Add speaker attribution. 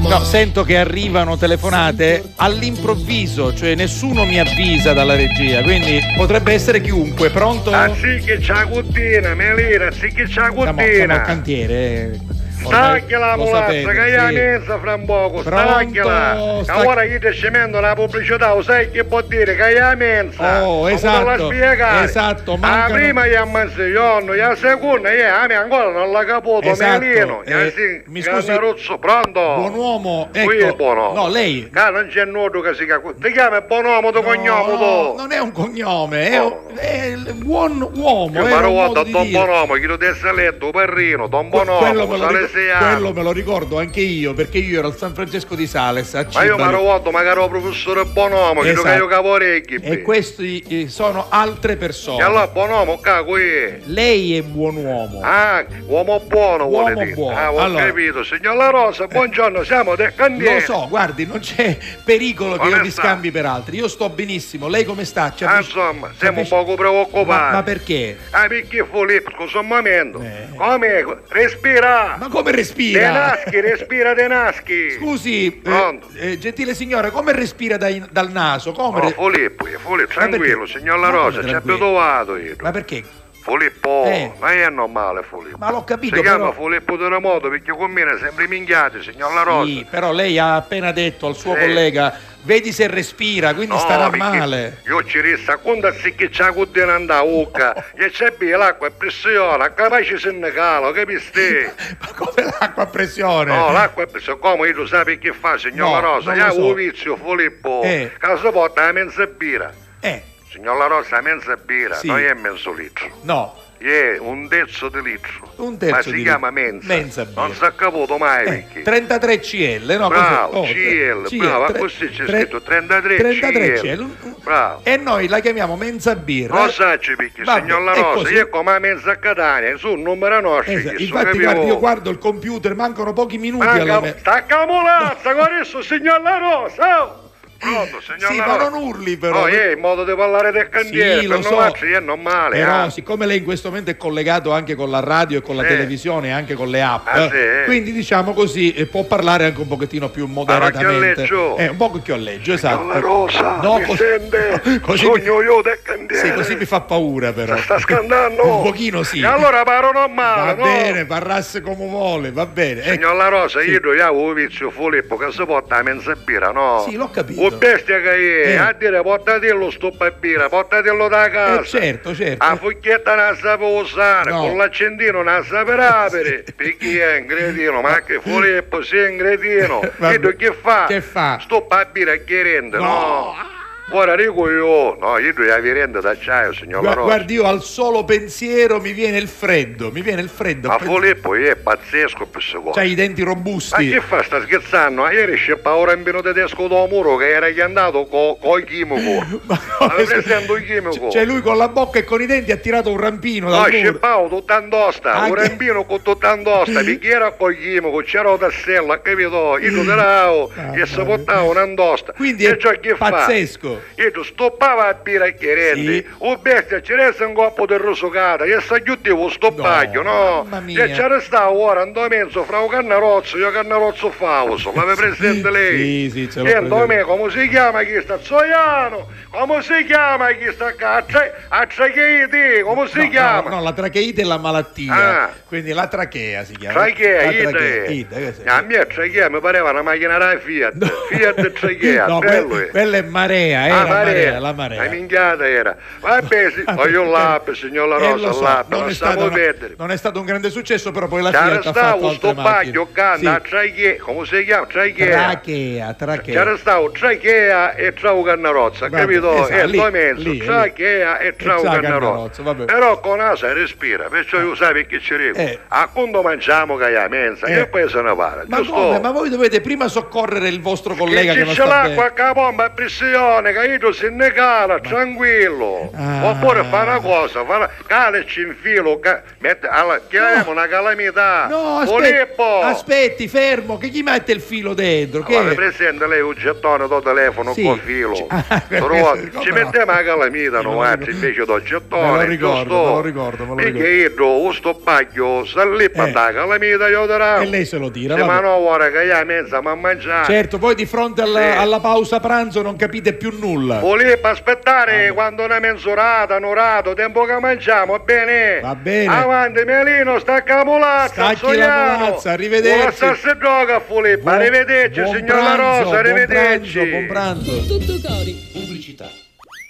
Speaker 1: No, sento che arrivano telefonate all'improvviso, cioè nessuno mi avvisa dalla regia, quindi potrebbe essere chiunque. Pronto?
Speaker 2: Ah sì che c'è la cottina, Melina, sì che c'è la
Speaker 1: Siamo, siamo al
Speaker 2: cottina.
Speaker 1: cantiere. eh. ormai
Speaker 2: Stacchia la
Speaker 1: lo
Speaker 2: mulazza,
Speaker 1: sapete,
Speaker 2: che è la
Speaker 1: sì.
Speaker 2: mezza fra un poco,
Speaker 1: Pronto?
Speaker 2: stacchia la.
Speaker 1: Stac-
Speaker 2: Ora gli decimento la pubblicità, lo sai che può dire, che è la mezza.
Speaker 1: Oh,
Speaker 2: Ma
Speaker 1: esatto,
Speaker 2: non la spiegare.
Speaker 1: esatto,
Speaker 2: La
Speaker 1: mancano-
Speaker 2: prima gli ammazzaiano, la seconda gli a me ancora non l'ha caputo,
Speaker 1: Esatto,
Speaker 2: Melino.
Speaker 1: eh, mi
Speaker 2: mi
Speaker 1: scusi-
Speaker 2: scusi. Ruzzo, pronto?
Speaker 1: Buon uomo, ecco.
Speaker 2: Qui è buono.
Speaker 1: No, lei.
Speaker 2: Ca, non c'è nudo che si cacu- Ti chiama buon uomo, tu cognome
Speaker 1: No,
Speaker 2: tu. Oh.
Speaker 1: non è un cognome, è, un- è il buon uomo.
Speaker 2: Io
Speaker 1: era
Speaker 2: paro
Speaker 1: un modo
Speaker 2: vuoto,
Speaker 1: di
Speaker 2: Don
Speaker 1: dire.
Speaker 2: Bonomo, chi lo desse letto, Perrino, Don
Speaker 1: Que- quello,
Speaker 2: Bonomo,
Speaker 1: me lo ricordo, quello
Speaker 2: Salesiano.
Speaker 1: me lo ricordo anche io, perché io ero al San Francesco di Sales a
Speaker 2: Ma io
Speaker 1: Cibali.
Speaker 2: paro vuoto, ma caro professore Bonomo, chi lo
Speaker 1: Esatto.
Speaker 2: caio cavorecchi.
Speaker 1: E
Speaker 2: E
Speaker 1: questi eh, sono altre persone.
Speaker 2: allora Bonomo, cago è.
Speaker 1: Lei è buon uomo.
Speaker 2: Ah, uomo buono vuole
Speaker 1: Uomo
Speaker 2: dire.
Speaker 1: buono.
Speaker 2: Ah, ho
Speaker 1: Allora. Eh.
Speaker 2: capito. Signor La Rosa, buongiorno, siamo del
Speaker 1: Lo
Speaker 2: Candiere.
Speaker 1: so, guardi, non c'è pericolo che io
Speaker 2: Onestà.
Speaker 1: mi scambi per altri. Io sto benissimo. Lei come sta? Ci
Speaker 2: Ah,
Speaker 1: avvic-
Speaker 2: insomma,
Speaker 1: ci
Speaker 2: siamo un
Speaker 1: avvic-
Speaker 2: poco
Speaker 1: Ma,
Speaker 2: preoccupati.
Speaker 1: ma perché?
Speaker 2: Ah, perché Filippo, scusa un momento.
Speaker 1: Eh.
Speaker 2: Come? Respira.
Speaker 1: Ma come
Speaker 2: De
Speaker 1: respira?
Speaker 2: naschi, respira De naschi.
Speaker 1: Scusi, eh,
Speaker 2: Pronto.
Speaker 1: eh, gentile signore, come respira dai- dal naso? Come
Speaker 2: Oh,
Speaker 1: re-
Speaker 2: Filippo, Filippo,
Speaker 1: Ma perché?
Speaker 2: tranquillo, signor La
Speaker 1: Ma come
Speaker 2: Rosa, ci ha
Speaker 1: tranquillo?
Speaker 2: abituato io.
Speaker 1: Ma perché?
Speaker 2: Filippo,
Speaker 1: Eh.
Speaker 2: ma io non male Filippo.
Speaker 1: Ma l'ho capito,
Speaker 2: Si chiama
Speaker 1: però-
Speaker 2: Filippo Terremoto perché con me ne sembri minchiati, signor La Rosa.
Speaker 1: Sì, però lei ha appena detto al suo
Speaker 2: Sì.
Speaker 1: collega, vedi se respira, quindi
Speaker 2: No,
Speaker 1: starà
Speaker 2: perché
Speaker 1: male.
Speaker 2: Io ci resta conta sì che c'è la cudina andà ucca
Speaker 1: Oh.
Speaker 2: e c'è via l'acqua e pressione, capace se ne cala, capiste?
Speaker 1: Ma come l'acqua a pressione?
Speaker 2: No, l'acqua è pressione, come io lo sa perché fa, signor
Speaker 1: No,
Speaker 2: La Rosa,
Speaker 1: non
Speaker 2: io
Speaker 1: lo so.
Speaker 2: ho un vizio Filippo,
Speaker 1: Eh.
Speaker 2: che si porta la mensa birra.
Speaker 1: Eh,
Speaker 2: Signor La Rosa, la mensa birra,
Speaker 1: Sì.
Speaker 2: non è mezzo litro.
Speaker 1: no.
Speaker 2: Yeah, un terzo di litro.
Speaker 1: Un terzo
Speaker 2: Ma si
Speaker 1: di litro.
Speaker 2: chiama mensa.
Speaker 1: Mensa birra.
Speaker 2: non si è caputo mai
Speaker 1: Eh,
Speaker 2: perché.
Speaker 1: 33 CL, no?
Speaker 2: Bravo,
Speaker 1: cos'è? Oh,
Speaker 2: CL, bravo,
Speaker 1: tre-
Speaker 2: così c'è
Speaker 1: tre-
Speaker 2: scritto 33
Speaker 1: 33
Speaker 2: CL.
Speaker 1: un- un-
Speaker 2: Bravo.
Speaker 1: E noi la chiamiamo mensa birra. Eh,
Speaker 2: Lo sacci perché,
Speaker 1: Vabbè,
Speaker 2: signor La
Speaker 1: è
Speaker 2: Rosa,
Speaker 1: così.
Speaker 2: io come la mensa a Catania, su un numero nostro.
Speaker 1: Esatto,
Speaker 2: che so,
Speaker 1: Infatti,
Speaker 2: capivo.
Speaker 1: guardi, io guardo il computer, mancano pochi minuti alla
Speaker 2: Manca,
Speaker 1: me-
Speaker 2: sta camolazza, con adesso, signor La Rosa! oh! Pronto, signor
Speaker 1: Sì,
Speaker 2: La
Speaker 1: ma
Speaker 2: Rosa.
Speaker 1: non urli però.
Speaker 2: No, eh, il modo di parlare del candiere,
Speaker 1: Sì,
Speaker 2: per
Speaker 1: lo
Speaker 2: non
Speaker 1: so.
Speaker 2: farci, eh, non male.
Speaker 1: Però,
Speaker 2: eh.
Speaker 1: siccome lei in questo momento è collegato anche con la radio e con la
Speaker 2: Sì.
Speaker 1: televisione e anche con le app,
Speaker 2: Ah, sì, eh.
Speaker 1: quindi diciamo così eh, può parlare anche un pochettino più moderatamente.
Speaker 2: chiolleggio.
Speaker 1: Eh, un po' chiolleggio, esatto.
Speaker 2: Signor La Rosa,
Speaker 1: No,
Speaker 2: mi
Speaker 1: cos-
Speaker 2: sente?
Speaker 1: così mi-
Speaker 2: Sogno io del candiere.
Speaker 1: Sì, così mi fa paura però.
Speaker 2: Eh. Sta scandando?
Speaker 1: Un pochino sì.
Speaker 2: E allora paro non
Speaker 1: Va
Speaker 2: male, no?
Speaker 1: bene, parlasse come vuole, va bene. Ecco.
Speaker 2: Signor La Rosa, io do io avevo vizio Filippo che si porta la mensa birra, no?
Speaker 1: Sì, l'ho capito.
Speaker 2: O bestia che è,
Speaker 1: Eh.
Speaker 2: a dire portatello sto pa' birra, portatello da casa. Ah,
Speaker 1: Eh, certo, certo.
Speaker 2: La fucchietta non la sapevo usare,
Speaker 1: No.
Speaker 2: con l'accendino non la saprà apere, perché è ingredino, ma che Filippo si è ingredino.
Speaker 1: Vabbè.
Speaker 2: Vedo che fa?
Speaker 1: Che fa?
Speaker 2: Sto pa' birra che rende, no?
Speaker 1: No.
Speaker 2: Ora dico io, no, io do la virenda d'acciaio, signor
Speaker 1: Gua-
Speaker 2: La Rosa.
Speaker 1: guardi, io al solo pensiero mi viene il freddo, mi viene il freddo.
Speaker 2: Ma
Speaker 1: Pe-
Speaker 2: Filippo è pazzesco per secondo.
Speaker 1: C'ha i denti
Speaker 2: Ma
Speaker 1: robusti.
Speaker 2: che fa? Sta scherzando? Ah, Ieri c'è paura in vino tedesco da un muro che era andato con il chimico.
Speaker 1: Ma
Speaker 2: Ma
Speaker 1: come-
Speaker 2: presento il chimico.
Speaker 1: C- Cioè lui con la bocca e con i denti ha tirato un rampino
Speaker 2: No,
Speaker 1: dal
Speaker 2: c'è
Speaker 1: muro.
Speaker 2: Paolo tutta andosta,
Speaker 1: Ah,
Speaker 2: un
Speaker 1: che-
Speaker 2: rampino con tutta andosta, perché era col chimico, c'era un tassello, capito? Io non eravo,
Speaker 1: Ah,
Speaker 2: e si
Speaker 1: vabbè.
Speaker 2: portava un'andosta.
Speaker 1: Quindi
Speaker 2: E
Speaker 1: è
Speaker 2: ciò che fa?
Speaker 1: pazzesco.
Speaker 2: Io tu stoppava a piracchierendi,
Speaker 1: Sì.
Speaker 2: o bestia, ci resta un coppo del rosocata, e s'aggiuntivo sto
Speaker 1: No,
Speaker 2: paglio, no?
Speaker 1: mamma mia.
Speaker 2: E ci resta ora, andò mezzo fra un cannarozzo, io cannarozzo fauso, ma mi presente
Speaker 1: Sì,
Speaker 2: lei?
Speaker 1: sì, ce l'ho
Speaker 2: E andò
Speaker 1: presente.
Speaker 2: me, come si chiama chi sta? Zoiano! Come si chiama chi sta qua? A tre- A tre che te, come si
Speaker 1: No,
Speaker 2: chiama?
Speaker 1: No, no, la tracheite è la malattia.
Speaker 2: Ah.
Speaker 1: Quindi la trachea si chiama.
Speaker 2: Trachea, Ah,
Speaker 1: La trachea, ide,
Speaker 2: Ide.
Speaker 1: questo è-
Speaker 2: A me Trachea mi pareva una macchina da Fiat. Fiat Trachea,
Speaker 1: No, que-
Speaker 2: bello è.
Speaker 1: quella è marea, eh,
Speaker 2: Ah,
Speaker 1: la marea, la
Speaker 2: La
Speaker 1: marea.
Speaker 2: minchiata era. Vabbè, sì.
Speaker 1: Vabbè,
Speaker 2: voglio
Speaker 1: perché-
Speaker 2: l'app, signor La
Speaker 1: Eh,
Speaker 2: Rosa,
Speaker 1: lo so,
Speaker 2: l'app,
Speaker 1: non,
Speaker 2: la
Speaker 1: è stato
Speaker 2: stiamo a
Speaker 1: una-
Speaker 2: vedere.
Speaker 1: non è stato un grande successo, però poi la
Speaker 2: C'era
Speaker 1: Fiat ha fatto
Speaker 2: stato
Speaker 1: altre
Speaker 2: sto
Speaker 1: macchine.
Speaker 2: pacchio, canna,
Speaker 1: Sì.
Speaker 2: Trachea, come si chiama? Trachea.
Speaker 1: Trachea, trachea.
Speaker 2: C'era stato Trachea e Trau Cannarozza,
Speaker 1: Vabbè,
Speaker 2: capito?
Speaker 1: esatto,
Speaker 2: E
Speaker 1: lì,
Speaker 2: due mezzo,
Speaker 1: lì,
Speaker 2: Trachea e Trau
Speaker 1: E Trau Cannarozza,
Speaker 2: Cannarozza.
Speaker 1: vabbè. Ah.
Speaker 2: Però con Asa respira, perciò io sai perché ci rico.
Speaker 1: Eh.
Speaker 2: A quando mangiamo che è la mensa,
Speaker 1: Eh.
Speaker 2: e poi se ne parla.
Speaker 1: Ma
Speaker 2: giusto?
Speaker 1: come? Ma voi dovete prima soccorrere il vostro collega che
Speaker 2: che
Speaker 1: non
Speaker 2: c'è
Speaker 1: sta
Speaker 2: l'acqua
Speaker 1: bene.
Speaker 2: che la bomba a pressione, che io se ne cala, tranquillo.
Speaker 1: Ah.
Speaker 2: Oppure fa una cosa, fa una... calaci in filo, ca... mette... allora, chiamiamo una calamità.
Speaker 1: No, aspetti,
Speaker 2: Filippo!
Speaker 1: aspetti, fermo, che gli mette il filo dentro? Che...
Speaker 2: Allora, presente lei un gettone do telefono
Speaker 1: Sì.
Speaker 2: con filo.
Speaker 1: Ah,
Speaker 2: Però
Speaker 1: questo-
Speaker 2: ci
Speaker 1: come no?
Speaker 2: mettiamo la calamita,
Speaker 1: Me lo
Speaker 2: no, anzi,
Speaker 1: ricordo.
Speaker 2: invece do gettone.
Speaker 1: Me lo ricordo,
Speaker 2: giusto?
Speaker 1: me lo ricordo, me lo
Speaker 2: Perché io do sto paglio, sta lì per
Speaker 1: Eh.
Speaker 2: la calamita, io darò.
Speaker 1: E lei se lo tira,
Speaker 2: Sì,
Speaker 1: vabbè.
Speaker 2: ma no, ora che io a mezza ma a mangiare.
Speaker 1: Certo, voi di fronte alla,
Speaker 2: Sì.
Speaker 1: alla pausa pranzo non capite più nulla.
Speaker 2: Volevo aspettare quando una mensurata, un'orata, tempo che mangiamo, bene?
Speaker 1: Va bene.
Speaker 2: Avanti, Melino, stacca la mulazza,
Speaker 1: Stacchi la
Speaker 2: Sogliano.
Speaker 1: mulazza, arrivederci.
Speaker 2: Buona stessa droga, Filippo,
Speaker 1: Buon-
Speaker 2: arrivederci,
Speaker 1: buon
Speaker 2: signora
Speaker 1: pranzo,
Speaker 2: Rosa,
Speaker 1: buon
Speaker 2: arrivederci.
Speaker 1: pranzo, buon pranzo.
Speaker 3: Tutto cori.
Speaker 4: Pubblicità.